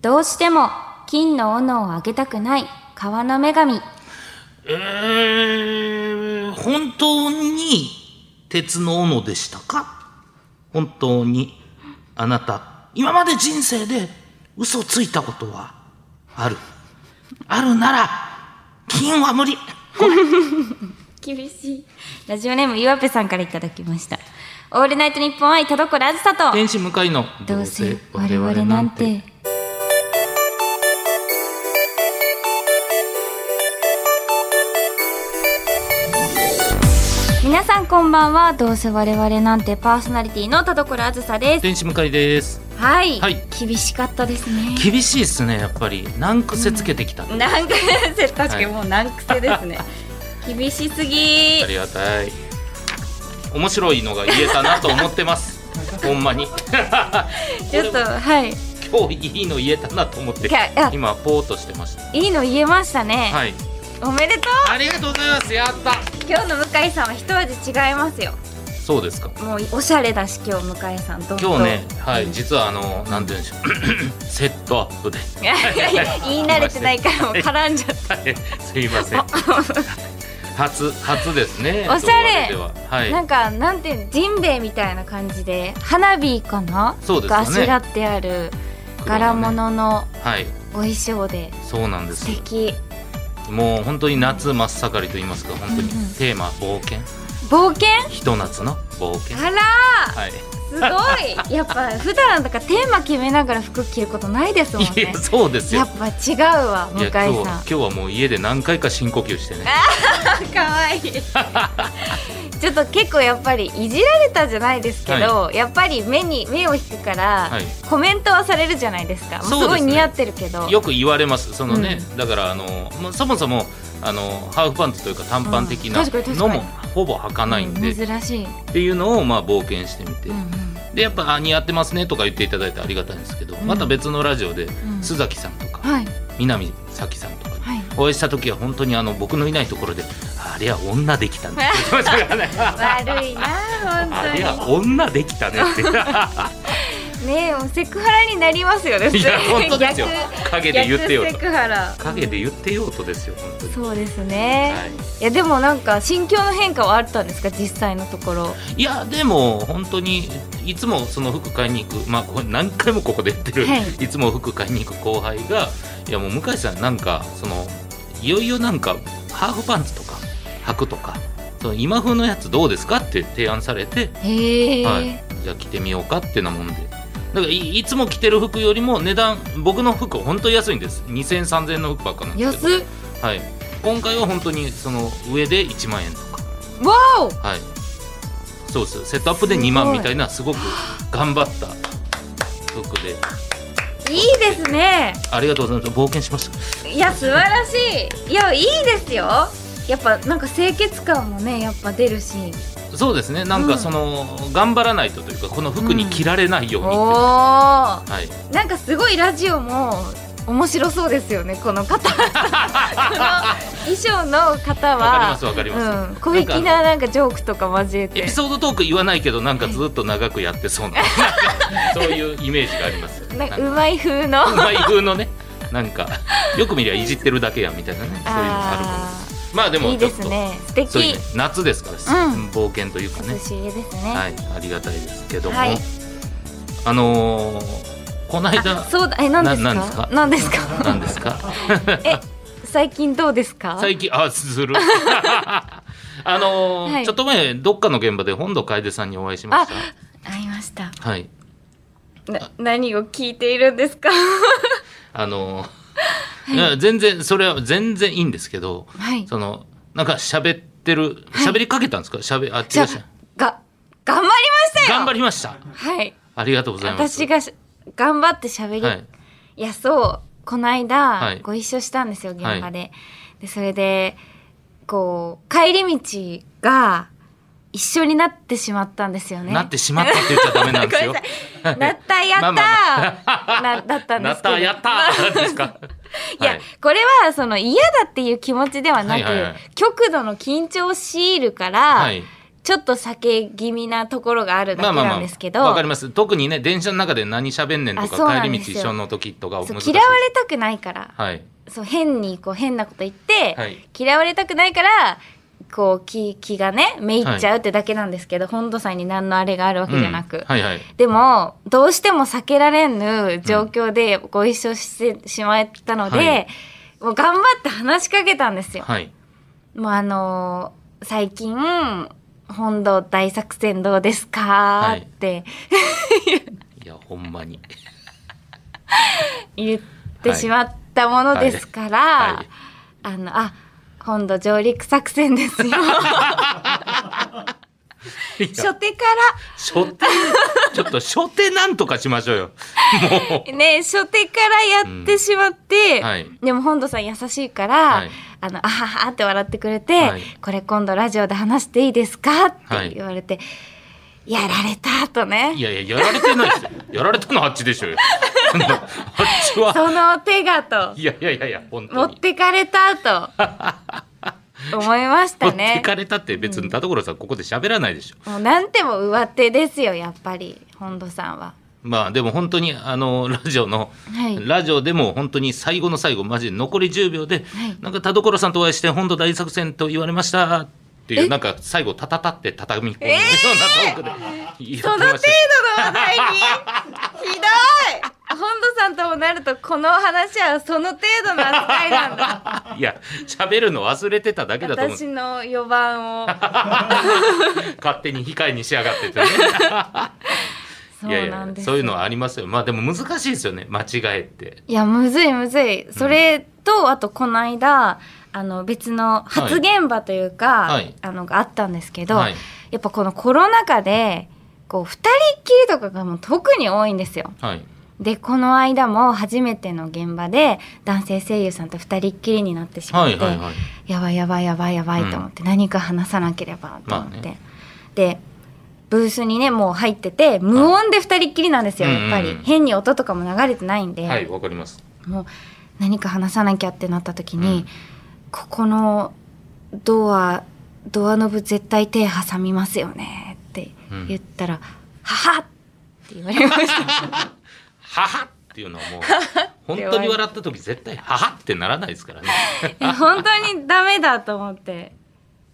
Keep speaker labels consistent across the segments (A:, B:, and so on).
A: どうしても金の斧をあげたくない川の女神
B: えー、本当に鉄の斧でしたか本当にあなた今まで人生で嘘ついたことはあるあるなら金は無理
A: 厳しいラジオネームゆわぺさんからいただきましたオールナイトニッポン愛田所あずさと
B: 天使向かいの
A: どうせ我々なんて皆さんこんばんはどうせ我々なんてパーソナリティの田所あずさです
B: 天使向かいです
A: はい、
B: はい
A: 厳しかったですね
B: 厳しいですねやっぱり難癖つけてきた、
A: 難癖確かにもう難癖ですね、厳しすぎ
B: ありがたい面白いのが言えたなと思ってます ほんまに
A: ちょっとはい
B: 今日いいの言えたなと思って
A: いやいや
B: 今ぼーっとしてました
A: いいの言えましたね、
B: はい
A: おめでと
B: ありがとうございますやった
A: う今日の向井さんは一味違いますよ
B: そうですか
A: もうおしゃれだし今日向井さんどんどん
B: 今日ねはい実はあのなんて言うんでしょう セットアップで
A: いやいやいや 言い慣れてないからもう絡んじゃっ
B: はいすいません 初初ですね
A: おしゃれ
B: 動画ではは
A: た
B: い
A: なんかなんていうのジンベエみたいな感じで花火かな
B: そうですよね
A: があしらってある柄物の
B: はい
A: お衣装で
B: そうなんで
A: 素
B: す
A: 敵
B: もう本当に夏真っ盛りと言いますか本当に
A: うんうん
B: テーマ冒険
A: 冒険
B: ひと夏の冒険
A: あら
B: はい
A: す ごいやっぱ普段だからテーマ決めながら服着ることないですもん
B: い
A: ね
B: やそうです
A: や
B: よ
A: っぱ違うわ
B: い
A: 向
B: や
A: 井さん
B: 今日は今日はもう家で何回か深呼吸してね
A: 可愛い ちょっと結構やっぱりいじられたじゃないですけど、やっぱり目に目を引くから、
B: はい
A: コメントはされるじゃないですかもうす
B: そう
A: ご
B: で
A: い
B: すね
A: 似合ってるけど
B: よく言われますそのね、
A: う
B: だからあのまあそもそもあのハーフパンツというか短パン的な
A: うん確かに
B: の
A: 確か
B: も
A: に
B: ほぼ履かないんで、っ
A: 珍しい、
B: ていうのをまあ冒険してみて、
A: うんうん
B: でやっぱあ似合ってますねとか言っていただいてありがたいんですけど、
A: うん
B: また別のラジオで、
A: ん
B: 須崎さんとか、
A: はい
B: 南咲さんとか、
A: はい
B: お会いした時は本当にあの僕のいないところであれは女できたねって言ってましたから ね
A: 悪いな
B: あれ
A: 本
B: は女できたねって
A: 当にねえもうセクハラになりますよね
B: いや本当ですよ陰で言ってよ
A: 逆セ
B: と
A: クハラ
B: 陰で言ってよとですよ本当に、
A: そうですね、
B: はい
A: い、やでもなんか心境の変化はあったんですか実際のところ
B: いやでも本当にいつもその服買いに行く、まあ、これ何回もここで言ってる、、
A: はい
B: つも服買いに行く後輩がいやもう向井さんなんかそのいよいよなんかハーフパンツとか履くとかその今風のやつどうですかって提案されて、
A: へえ、
B: はい、じゃあ着てみようかってなもんで。だからいいつも着てる服よりも値段僕の服本当に安いんです20003000の服ばっかなんですけど、
A: 安っ
B: はい、今回は本当にその上で1万円とか
A: わお
B: はい。そうです。セットアップで2
A: す
B: 万
A: ごい
B: みたいなすごく頑張った服で、
A: いいですね。
B: ありがとうございます。冒険しました。
A: いや素晴らしい。いやいいですよ。やっぱなんか清潔感もねやっぱ出るし。
B: そうですね。なん
A: う
B: か
A: ん
B: その、頑張らないとというかこの服に着られないよう
A: お
B: にって
A: お
B: いう、はい。
A: なんかすごいラジオも面白そうですよねこの方。この衣装の方
B: わかり
A: は
B: ます。わかりま
A: う
B: す。
A: ん小粋ななんかジョークとか交え
B: エ
A: て
B: ピ。ソードトーク言わないけどなんかずっと長くやっ てそうな、なんかそういうイメージがあります。
A: なん
B: な
A: か
B: んか
A: うまい風の。
B: うまい風のね。なんかよく見りゃいじってるだけやみたいなねそういうのがあるもんで
A: あ
B: すまあで
A: あ
B: も
A: いい
B: ちょ
A: で
B: っ
A: す
B: と
A: ね。素
B: そうい
A: 敵
B: うね。夏ですから、
A: うん
B: 冒険というかね
A: 涼しいですね。
B: はい、ありがたいですけども、
A: はい
B: あのーこの間
A: あそうだえ何です
B: ななんですか
A: か？何ですか？
B: なんですか
A: 最近どうですか？
B: 最近あず る あのー
A: はい
B: ちょっと前どっかの現場で本土楓さんにお会いしました
A: 会いました。
B: はい
A: な何を聞いているんですか
B: あのーいや全然それは全然いいんですけど
A: はい
B: そのなんか喋ってる
A: はい
B: 喋りかけたんですか喋あ違
A: じゃあ
B: う違う
A: が頑張りましたよ
B: 頑張りました
A: はい
B: ありがとうございます
A: 私がし頑張って喋り、
B: はいい、
A: やそうこの間、
B: はい
A: ご一緒したんですよ現場で、でそれでこう帰り道が一緒になってしまったんですよね
B: なってしまったって言っちゃダメなんです よ
A: ごめんなさいなったやったー、
B: ま
A: なだったんで
B: な
A: す
B: っ
A: けど
B: た やったですか
A: いや、
B: はい
A: これはその嫌だっていう気持ちではなく、
B: はいはいはい
A: 極度の緊張を強いるから、
B: はい
A: ちちょっと酒気味なところがあるだ
B: まあ
A: け
B: まあま
A: な
B: あ、
A: んですけど、
B: わかります。特にね、電車の中で何喋んねんと
A: あそう
B: か、
A: な
B: 帰
A: ん
B: り
A: です
B: 道
A: よ
B: 一緒の時とかは
A: そう
B: 難しい。
A: 嫌われたくないから、
B: はい。
A: そう変にこう変なこと言って、
B: はい
A: 嫌われたくないからこう気気がねめいっちゃうってだけなんですけど、本土さんに何のあれがあるわけじゃなく、
B: うんはいはい。
A: でもどうしても避けられぬ状況でご一緒してしまったので、
B: はい
A: もう頑張って話しかけたんですよ。
B: はい。
A: もうあのー最近本土大作戦どうですか、
B: い
A: って
B: いや、ほんま に。
A: 言ってしまったものですから、
B: はいはい
A: あのあ本土上陸作戦ですよ 初手か
B: 初手、ちょっと初手なんとかしましょうよ。
A: らね初手からやってしまって、
B: うんはい
A: でも本土さん優しいから、
B: はい
A: あのあははって笑ってくれて、
B: はい
A: これ今度ラジオで話していいですか
B: は
A: っ
B: い
A: て言われて、やられたとね
B: いやいや、やられてないですよ。やられたのはあっちでしょうよ。あっちは。
A: その手がと
B: いやいやいやいや、本
A: 持
B: 当
A: っ
B: に。
A: てかれた と思いまし
B: 持
A: た
B: って
A: ね。
B: かれたって別に田所さんここで喋らないでしょ。
A: もうなんても上手ですよやっぱり本土さんは。
B: まあでも本当にあのラジオの、
A: はい
B: ラジオでも本当に最後の最後マジで残り10秒で、
A: はい
B: なんか田所さんとお会いして本当大作戦と言われましたっていう
A: え
B: なんか最後タタタって畳み込むようなトークでや
A: そ
B: っ
A: の程度
B: て
A: の
B: ました
A: 話題にひどい本土さんともなるとこの話はその程度の扱いなんだ
B: いや喋るの忘れてただけだと思う
A: 私の4番を
B: 勝手に控えにしやがってってね
A: そう
B: いやい
A: な
B: や
A: んです
B: そういうのはありますよまあでも難しいですよね間違えって
A: いやむずいむずいそれと、あとこの間あの別の発現場というか、
B: はい
A: あのがあったんですけど、
B: はい
A: やっぱこのコロナ禍でこう2人っきりとかがもう特に多いんですよ。
B: はい
A: でこの間も初めての現場で男性声優さんと2人っきりになってしまっ
B: は
A: て、
B: いはいはい
A: やばいやばいやばいやばいと思って、何か話さなければと思って、
B: まあね
A: でブースにねもう入ってて無音で2人っきりなんですよ
B: う
A: や
B: ん
A: っぱり、
B: うんうん
A: 変に音とかも流れてないんで、
B: はいわかります
A: もう何か話さなきゃってなった時に、
B: うん
A: ここのドアドアノブ絶対手挟みますよねって言ったら「ははっ!」って言われました。
B: ははっていうのはもう本当に笑った時絶対ははってならないですからね
A: い や本当にダメだと思って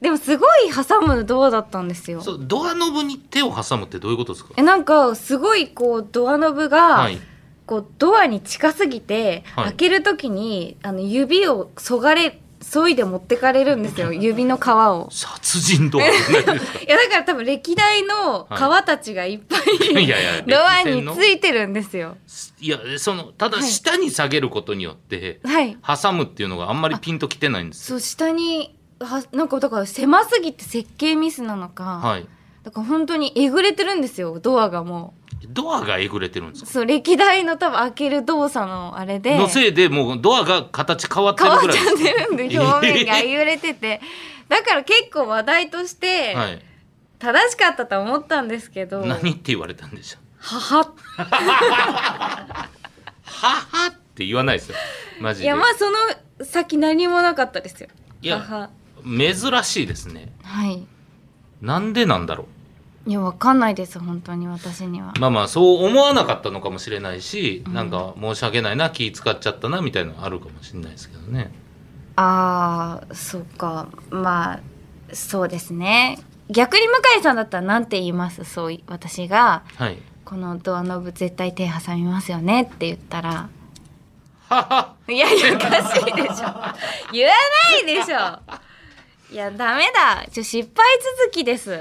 A: でもすごい挟むドアだったんですよ
B: そうドアノブに手を挟むってどういうことですか
A: えなんかすごいこうドアノブが、
B: はい
A: こうドアに近すぎて、
B: はい
A: 開けるときにあの指をそがれ削いで持ってかれるんですよ指の皮を
B: 殺人ドアじゃないですか
A: いやだから多分歴代の皮たちがいっぱい、
B: いやいや
A: ドア
B: 歴戦
A: に
B: の
A: ついてるんですよ
B: いやそのただ
A: はい
B: 下に下げることによって、
A: はい
B: 挟むっていうのがあんまりピンときてないんです
A: そう下にはなんかだから狭すぎて設計ミスなのか、
B: はい
A: だから本当にえぐれてるんですよドアがもう。
B: ドアがえぐれてるんですか
A: そう歴代の多分開ける動作のあれで
B: のせいでもうドアが形変わって
A: 変
B: る
A: わっ
B: ぐら
A: ち
B: い
A: ゃっ
B: です
A: てるんで表面が揺れててだから結構話題として
B: はい
A: 正しかったと思ったんですけど「
B: 何って言われたんでしょう
A: 母」っ
B: ははって言わないですよマジ
A: て
B: で
A: いやまあその先何もなかったですよ。
B: いや
A: 母
B: 珍しいですね
A: はい
B: なんでなんだろう
A: いやわかんないです本当に私には。
B: まあまあそう思わなかったのかもしれないし、なんか申し訳ないな気使っちゃったなみたいなのあるかもしれないですけどね
A: あーそうかまあそうですね逆に向井さんだったらなんて言いますそうい私が
B: はい
A: このドアノブ絶対手挟みますよねって言ったら
B: ははい
A: やいやおかしいでしょ言わないでしょいやダメだちょ失敗続きです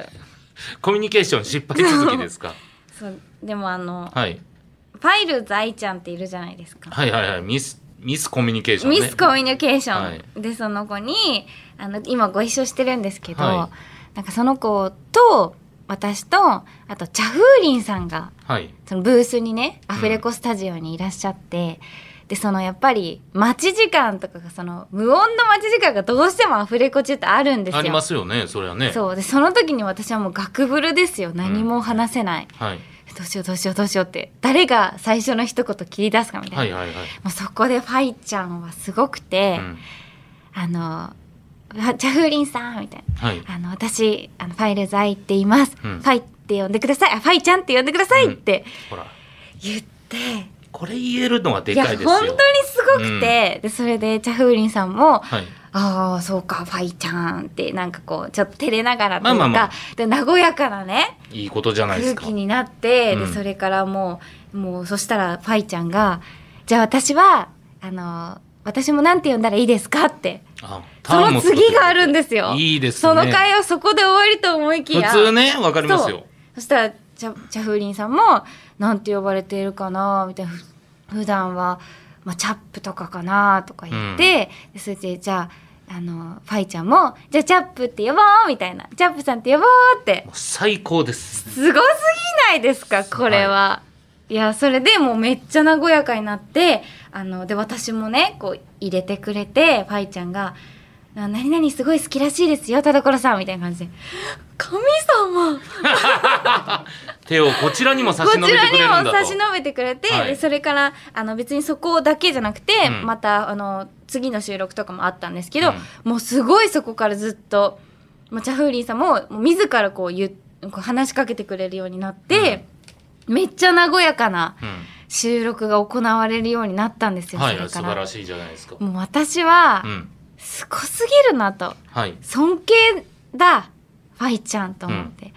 B: コミュニケーション失敗続 きですか
A: そうでもあの
B: はい
A: ファイルズ愛ちゃんっているじゃないですか、
B: はいはいはいミスミスコミュニケーションね
A: ミスコミュニケーション、
B: はい
A: でその子にあの今ご一緒してるんですけど、
B: は
A: なんかその子と私とあとチャフーリンさんが
B: はい
A: そのブースにねアフレコスタジオにいらっしゃって、でそのやっぱり待ち時間とかがその無音の待ち時間がどうしてもアフレコ中ってあるんですよ。
B: ありますよねそれはね
A: そうでその時に私はもうガクブルですよ何も話せない、
B: はい
A: どうしようどうしようどうしようって誰が最初の一言切り出すかみたいな、
B: はいはいはい、
A: もうそこでファイちゃんはすごくて
B: う、ん
A: あのあジャフーリンさんみたいな。
B: はい。
A: あの私あのファイレズ愛って言います、
B: うん
A: ファイって呼んでくださいあファイちゃんって呼んでくださいって
B: ほら、
A: 言って、
B: これ言えるのがで
A: いや
B: か
A: 本
B: いです
A: 当に
B: よ。
A: すごくて、でそれでチャフーリンさんも、
B: はい。
A: ああそうかファイちゃんってなんかこうちょっと照れながらというか、
B: まあまあ
A: で
B: ま
A: 和やかなね
B: いいことじゃないです
A: 空
B: か。
A: 気になって、
B: う
A: で
B: ん
A: それからもうもうそしたらファイちゃんが「じゃあ私はあの私もなんて呼んだらいいですか?」って
B: あ
A: その次があるんですよ。
B: いいですね。
A: その会をそこで終わりと思いき
B: 普
A: や
B: 通ね、わかりますよ。
A: そしたらチャチャフーリンさんもなんて呼ばれているかなみたいなふ普段はまあチャップとかかなとか言って、でそれでじゃああのファイちゃんもじゃあチャップって呼ぼうみたいなチャップさんって呼ぼうって
B: もう最高です。
A: すごすぎないですかこれは。いやそれでもうめっちゃ和やかになってあので私もねこう入れてくれてファイちゃんが「あ何々すごい好きらしいですよ田所さん」みたいな感じで「神様!」
B: 手をこちらにも差し伸べてくれるん
A: こちら
B: だと。
A: にも差し伸べてくれて、
B: はい
A: でそれからあの別にそこだけじゃなくて、
B: うん
A: またあの次の収録とかもあったんですけど、
B: う
A: もうすごいそこからずっともうチャフーリンさんももう自らこう言うこう話しかけてくれるようになって、めっちゃ和やかな収録が行われるようになったんです
B: うん。
A: よ、
B: はい
A: それ、
B: 素
A: か
B: 晴
A: ら
B: らしいじゃないですか。
A: もう私は、
B: うん。
A: すごすぎるなと
B: はい。
A: 尊敬だファイちゃんと思って、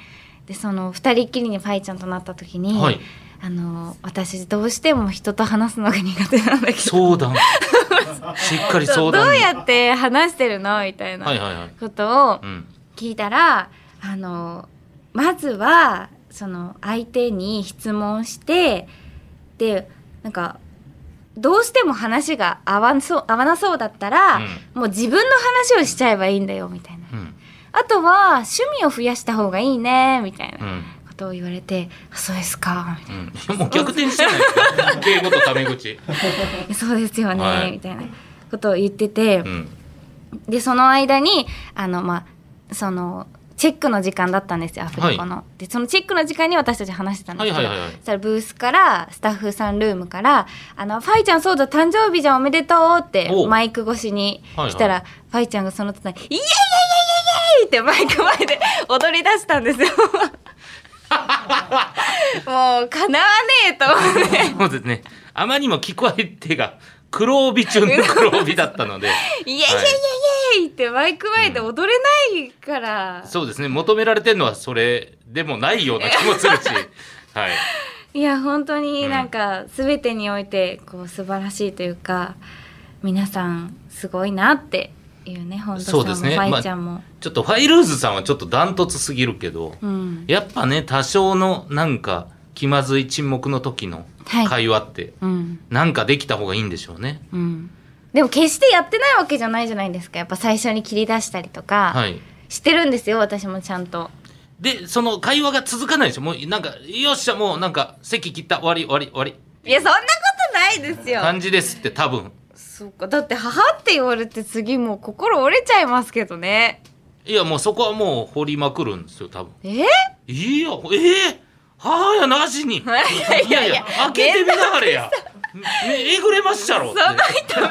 A: でその二人っきりにファイちゃんとなった時に、
B: はい。
A: あの私どうしても人と話すのが苦手なんだけど
B: 相談。しっかり
A: そ
B: 相
A: うど
B: 談
A: う
B: に。
A: やって話してるのみたい
B: はい
A: な
B: はいはい。
A: ことを
B: うん。
A: 聞いたら、あのまずはその相手に質問してでなんかどうしても話が合わんそう合わなそうだったら、もう自分の話をしちゃえばいいんだよみたいな
B: うん。
A: あとは趣味を増やした方がいいねみたい
B: うん。う。
A: なんことを言われて、あそうですかみたいな
B: うんもう逆転してないですか。敬語とタメ口。
A: そうですよね、
B: はい
A: みたいなことを言ってて、
B: うん。
A: でその間にあのまあそのチェックの時間だったんですよアフレコの。でそのチェックの時間に私たち話してたんで
B: は
A: す
B: い
A: けど、
B: はいはいはい。
A: そしたらブースからスタッフさんルームから「あのファイちゃんそうだ誕生日じゃんおめでとう」って
B: お
A: マイク越しに来たら、
B: は
A: ファイちゃんがその途端に「イエイイエイイエイイエイ!」ってマイク前で 踊り出したん ですよ。もうかなわねえと思って
B: そうですね。あまりにも聞こえてが黒帯中の黒帯だったので、
A: 「 イエイイエイイエイイエイ!」ってマイク前で踊れないから、
B: そうですね。求められてるのはそれでもないような気もするし、はい。
A: いや本当になんか全てにおいてこう素晴らしいというか皆さんすごいなっていうね本
B: そう
A: 当
B: です
A: さんも
B: ね
A: ファイちゃんも、
B: ちょっとファイルーズさんはちょっとダントツすぎるけど、
A: うん、
B: やっぱね多少のなんか気まずい沈黙の時の
A: はい
B: 会話って
A: うん
B: なんかできた方がいいんでしょうね。
A: うんでも決してやってないわけじゃないじゃないですかやっぱ最初に切り出したりとか
B: はい。
A: してるんですよ私もちゃんと
B: でその会話が続かないでしょ。もうなんかよっしゃもうなんか席切った終わり終わり終わり
A: いやそんなことないですよ
B: 感じですって多分。
A: そうかだって母って言われて次もう心折れちゃいますけどね
B: いやもうそこはもう掘りまくるんですよ多分。
A: え
B: いいよ、ええ母やなし に。いやいやいや、開けてみながらや。ねえぐれまっしたろって。
A: キャラが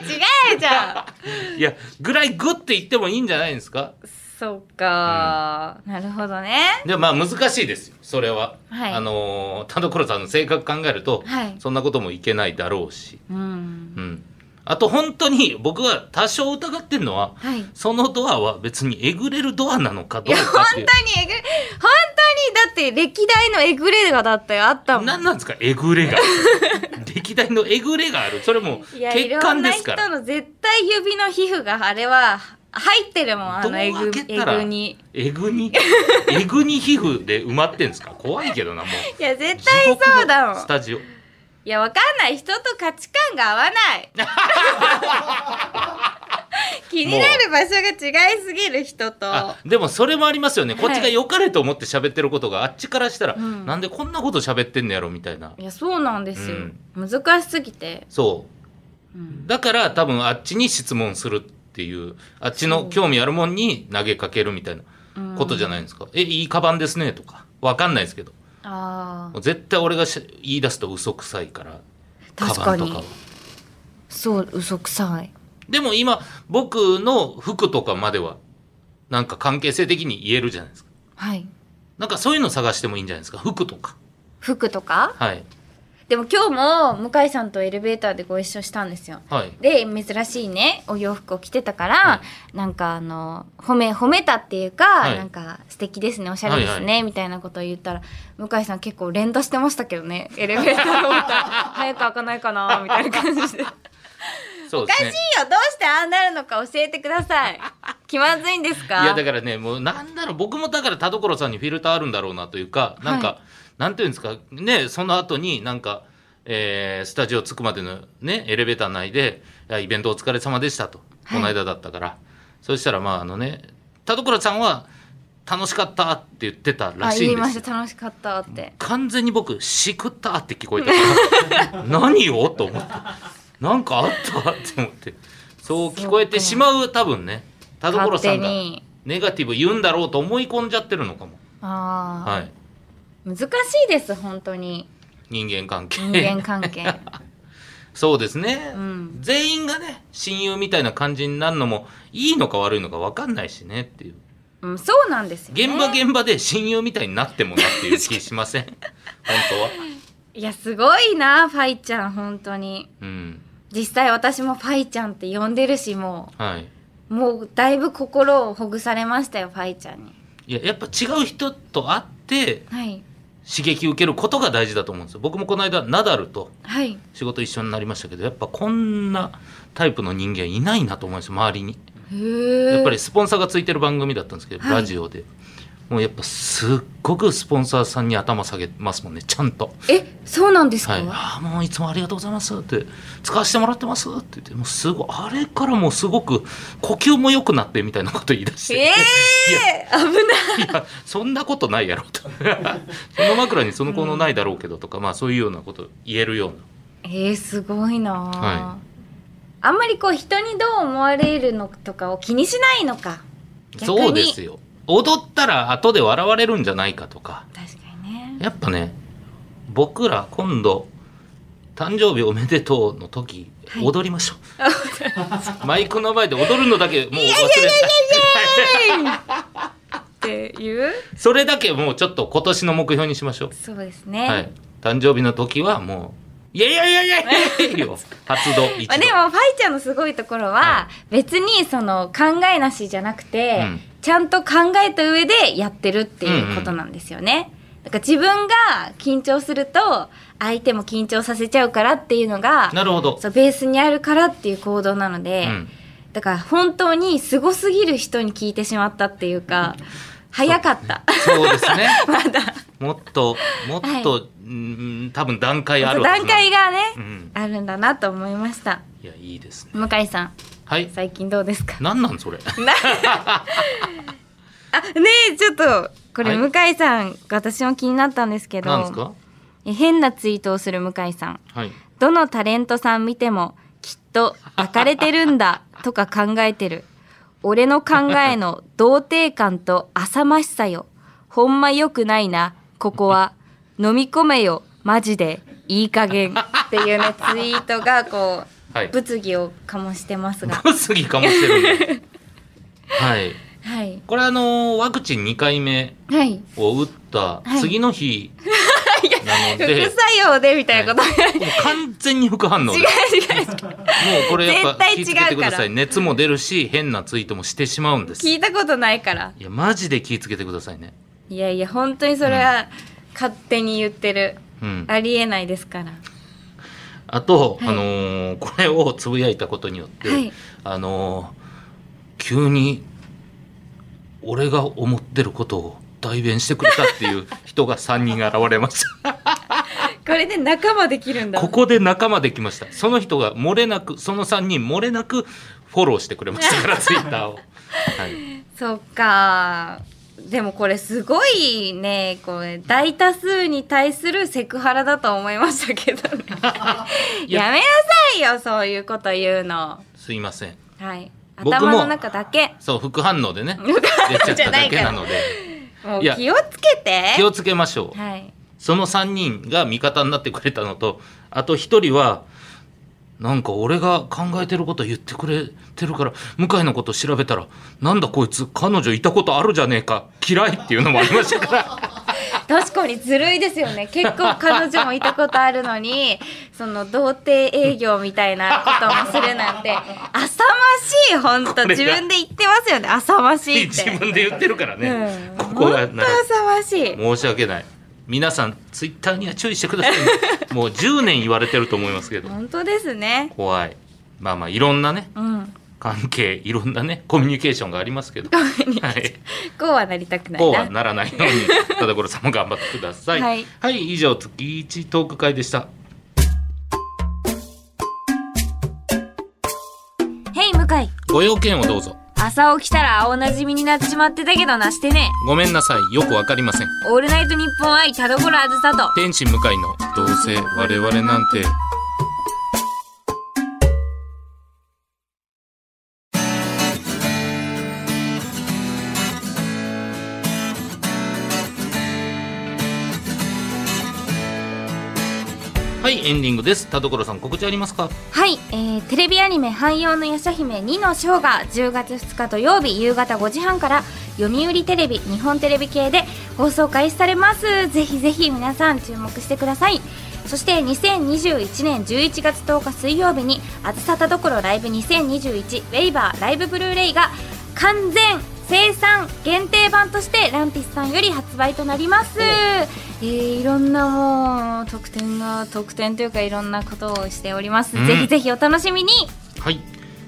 A: 違うじゃん
B: いや、ぐらいグって言ってもいいんじゃないですか。
A: そうか、なるほどね
B: で、まあ難しいですよ、それは。
A: はい
B: あのー、田所さんの性格考えると、
A: はい
B: そんなこともいけないだろうし。
A: うん
B: うん。あと本当に僕は多少疑ってるのは、
A: はいい
B: そのドアは別にえぐれるドアなのかどう
A: や本
B: かっ
A: 当
B: てい
A: に
B: う。
A: えぐれ本当にだって歴代のえぐれがだったよあったもん
B: 何なんですかえぐれが 歴代のえぐれがあるそれも
A: いや
B: 血管ですから
A: いろんな人の絶対指の皮膚があれは入ってるもんあ
B: どう
A: のえぐ
B: 開け
A: え
B: たら
A: ぐに
B: えぐにえぐに皮膚で埋まってんですか怖いけどなもう
A: いや絶対そうだ
B: 地獄の
A: もん
B: スタジオ
A: いやわかんない人と価値観が合わない 気になる場所が違いすぎる人と
B: あでもそれもありますよねこっちが
A: はい
B: 良かれと思って喋ってることがあっちからしたら、
A: うん
B: なんでこんなこと喋ってんのやろみたいない
A: やそうなんですよ、難しすぎて、
B: そううんだから多分あっちに質問するっていうあっち
A: そ
B: の
A: う
B: 興味あるもんに投げかけるみたいな
A: うん
B: ことじゃないんですか、えいいカバンですねとかわかんないですけど
A: あ
B: もう絶対俺がし言い出すと嘘くさいから
A: ー確か
B: カバンとかは
A: にそう嘘くさい
B: でも今、僕の服とかまでは、なんか関係性的に言えるじゃないですか。
A: はい
B: なんかそういうの探してもいいんじゃないですか。服とか。
A: 服とか
B: はい。
A: でも今日も向井さんとエレベーターでご一緒したんですよ
B: はい。
A: で珍しいねお洋服を着てたから、
B: は
A: なんかあの褒め褒めたっていうか、
B: はい
A: なんか素敵ですねおしゃれですね、
B: は
A: みたいなことを言ったら向井さん結構連打してましたけどねエレベーターの 音早く開かないかなみたいな感じで。
B: そう
A: お
B: で
A: かしい
B: す
A: よ
B: ね。
A: どうしてああなるのか教えてくださ い気まずいんですか
B: いやだからねもうなんだろう僕もだから田所さんにフィルターあるんだろうなというかなんか、
A: は
B: なんていうんですかねその後になんか、えースタジオ着くまでのねエレベーター内でいや「イベントお疲れ様でしたと」
A: はい
B: この間だったから、そしたらまああのね田所さんは「楽しかった」って言ってたら
A: あ
B: しい
A: 言い
B: んで
A: ますし
B: よ。
A: た楽しかったって
B: 完全に僕「しくった」って聞こえたから 何よと思ってなんかあったって思ってそう聞こえてしまう多分ね田所
A: 勝
B: さ
A: 手
B: んが。
A: に
B: ネガティブ言うんだろうと思い込んじゃってるのかも。
A: ああ、
B: はい。
A: 難しいです本当に
B: 人間関係。
A: 人間関係
B: そうですね、
A: うん
B: 全員がね、親友みたいな感じになるのも、いいのか悪いのか分かんないしねっていう。
A: うんそうなんですよね
B: 現場現場で親友みたいになってもなっていう 気しません本当は。
A: いやすごいなファイちゃん本当に
B: うん。
A: 実際私もファイちゃんって呼んでるしも
B: はい。
A: うもうだいぶ心をほぐされましたよファイちゃんに
B: いや、やっぱ違う人と会って、
A: はい
B: 刺激受けることが大事だと思うんですよ。僕もこの間、ナダルと
A: はい
B: 仕事一緒になりましたけど、やっぱこんなタイプの人間いないなと思いました、周りに。
A: へえ
B: やっぱりスポンサーがついてる番組だったんですけど、
A: はい
B: ラジオで。もうやっぱすっごくスポンサーさんに頭下げますもんね、ちゃんと。
A: えそうなんですか、
B: はい、ああ、もういつもありがとうございますって、使わせてもらってますって言って、もうすごい、あれからもうすごく呼吸も良くなってみたいなこと言い出して、
A: ええー、危ない
B: いや、そんなことないやろと。その枕にその子のないだろうけどとか、まあそういうようなこと言えるような。
A: えー、すごいなあ、
B: は
A: あんまりこう人にどう思われるのとかを気にしないのか逆に
B: そうですよ。踊ったら後で笑われるんじゃないかとか。
A: 確かにね
B: やっぱね僕ら今度誕生日おめでとうの時、
A: はい
B: 踊りましょうマイクの前で踊るのだけもう忘れた
A: っていう
B: それだけもうちょっと今年の目標にしましょう、
A: そうですね、
B: はい、誕生日の時はもう「いやいやいやいやいやいや」よ発動一
A: まあ、
B: 度
A: でもファイちゃんのすごいところは、
B: は
A: 別にその考えなしじゃなくて、
B: うん
A: ちゃんと考えた上でやってるっていうことなんですよね。だから自分が緊張すると相手も緊張させちゃうからっていうのが
B: なるほど
A: そうベースにあるからっていう行動なので、
B: うん
A: だから本当にすごすぎる人に聞いてしまったっていうか早かった。
B: そうですねもっともっと、
A: は
B: うん多分段階あるはず
A: 段
B: な
A: 階がね、
B: うん
A: あるんだなと思いました。
B: いやいいですね
A: 向井さん
B: はい
A: 最近どうですか
B: 何なんそれ
A: なあねえちょっとこれ
B: は
A: 向井さん、私も気になったんですけど
B: 何ですか
A: え変なツイートをする向井さん
B: はい
A: どのタレントさん見てもきっと抱かれてるんだとか考えてる俺の考えの童貞感と浅ましさよほんまよくないなここは飲み込めよマジでいい加減っていうねツイートがこう、
B: はい
A: 物議を醸してますが
B: ごすぎかもしれない。 はい。
A: はい
B: これあのーワクチン2回目
A: はい
B: を打った
A: はい
B: 次の日なの
A: 副
B: で、
A: 作用でみたいなこと、
B: もう完全に副反応
A: 違
B: で
A: う
B: もう
A: 違う
B: これやっぱ
A: 絶
B: 気付
A: 対
B: け
A: 違う
B: てく
A: から
B: ださい。熱も出るし、変なツイートもしてしまうんです。
A: 聞
B: い
A: いたことないから
B: や、マジで気付けてくださいね。
A: いやいや本当にそれは勝手に言ってる、
B: うん。
A: ありえないですから
B: あと、
A: はい
B: あのーこれをつぶやいたことによって、
A: はい
B: あのー急に俺が思ってることを代弁してくれたっていう人が3人現れました。
A: これで仲間できるんだ
B: ここで仲間できました。その人が漏れなく、その3人漏れなくフォローしてくれまし たから、ツイッターを。はい。
A: そっかでもこれすごいねこれ大多数に対するセクハラだと思いましたけどね
B: いや
A: やめなさいよそういうこと言うの
B: すいません。
A: はい
B: 僕も
A: 頭の中だけ
B: そう、副反応 でね、
A: 反応
B: 出ちゃっ
A: じゃ
B: た
A: な
B: だ
A: いか
B: け
A: ら
B: なので、
A: もう
B: いや
A: 気をつけて
B: 気をつけましょう。
A: はい
B: その3人が味方になってくれたのと、あと1人は、なんか俺が考えてること言ってくれてるから向井のこと調べたらなんだこいつ彼女いたことあるじゃねえか嫌いっていうのもありましたから
A: 確かにずるいですよね結構彼女もいたことあるのにその童貞営業みたいなこともするなん て浅ましい本当
B: これが
A: 自分で言ってますよね浅まし いって
B: 自分で言ってるからね、
A: うん、
B: ここは
A: 本
B: な
A: 当浅ましい
B: 申し訳ない皆さんツイッターには注意してくださいね、もう10年言われてると思いますけど
A: 本当ですね
B: 怖いまあまあいろんなね
A: うん
B: 関係いろんなねコミュニケーションがありますけど、
A: ごめんね
B: はい、
A: こうはなりたくないな
B: こうはならないように田所さんも頑張ってください
A: はい、
B: 以上月一トーク会でした
A: へい向井
B: ご用件をどうぞ
A: 朝起きたら青なじみになってしまってたけどなしてね
B: ごめんなさいよくわかりません
A: オールナイトニッポン愛田所あずさと
B: 天使向かいのどうせ我々なんてはいエンディングです田所さん告知ありますか
A: はい、えーテレビアニメ「汎用の夜叉姫2の章」が10月2日土曜日夕方5時半から読売テレビ日本テレビ系で放送開始されますぜひぜひ皆さん注目してくださいそして2021年11月10日水曜日に「あずさたどころライブ2021ウェイバーライブブルーレイ」が完全生産限定版としてランピスさんより発売となります、えーいろんなもう特典が特典というかいろんなことをしております、
B: うん
A: ぜひぜひお楽しみに
B: はい。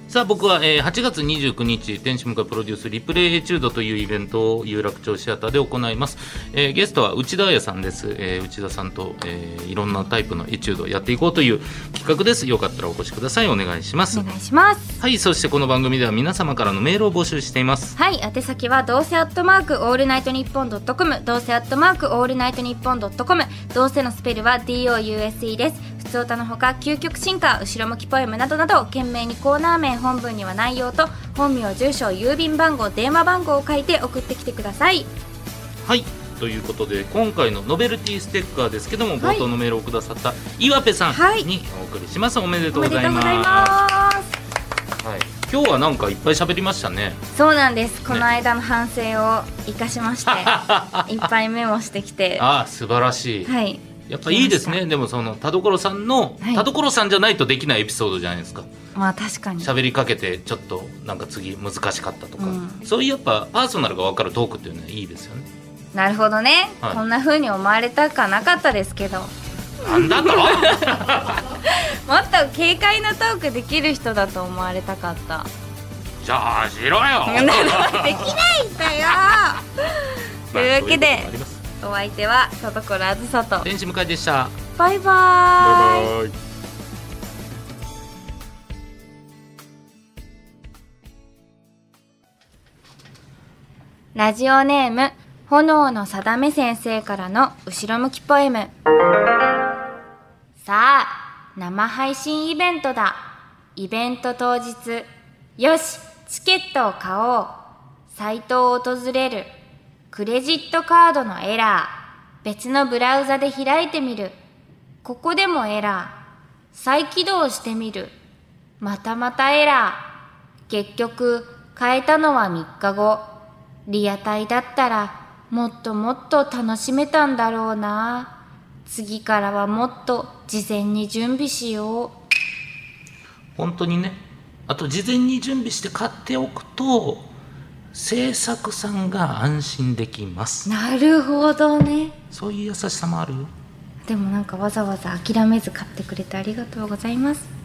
B: さあ僕は、えー8月29日天使向かいプロデュースリプレイエチュードというイベントを有楽町シアターで行います、えーゲストは内田彩さんです、えー内田さんと、えーいろんなタイプのエチュードをやっていこうという企画ですよかったらお越しくださいお願いします
A: お願いします
B: はいそしてこの番組では皆様からのメールを募集しています
A: はい宛先はどうせアットマークオールナイトニッポンドットコムどうせアットマークオールナイトニッポンドットコムどうせのスペルは DOUSE です普通歌のほか究極進化後ろ向きポエムなどなど懸命にコーナー名本文には内容と本名住所郵便番号電話番号を書いて送ってきてください
B: はいということで今回のノベルティステッカーですけども
A: は
B: 冒
A: い
B: 頭のメールをくださった岩部さん
A: はい
B: にお送りします、おめでと
A: お
B: う
A: め
B: ご
A: でと
B: ざいう
A: ござい
B: ま
A: ます
B: すはい、今日はなんかいっぱい喋りましたね
A: そうなんですこの間の反省を生かし まして、いっぱいメモしてきては
B: ああ素晴らしい、
A: い
B: やっぱいいですねでもその田所さんの、
A: はい
B: 田所さんじゃないとできないエピソードじゃないですか
A: まあ確かに
B: 喋りかけてちょっとなんか次難しかったとか、
A: うん
B: そういうやっぱパーソナルが分かるトークっていうのはいいですよね
A: なるほどね、
B: はい
A: こんな風に思われたかなかったですけども
B: なんだと
A: っと軽快なトークできる人だと思われたか った
B: じゃあしろよ
A: なのでできないんだよというわけで
B: そういうこともあります
A: お相手は田所あずさと
B: 天使向井でした
A: バイバーイ
B: イ
A: ラジオネーム炎の定め先生からの後ろ向きポエムさあ生配信イベントだイベント当日よしチケットを買おうサイトを訪れるクレジットカードのエラー別のブラウザで開いてみるここでもエラー再起動してみるまたまたエラー結局変えたのは3日後リアタイだったらもっともっと楽しめたんだろうな次からはもっと事前に準備しよ
B: 本当にねあと事前に準備して買っておくと制作さんが安心できま
A: う
B: す
A: なるほどね
B: そういう優しさもあるよ
A: でもなんかわざわざ諦めず買ってくれてありがとうございます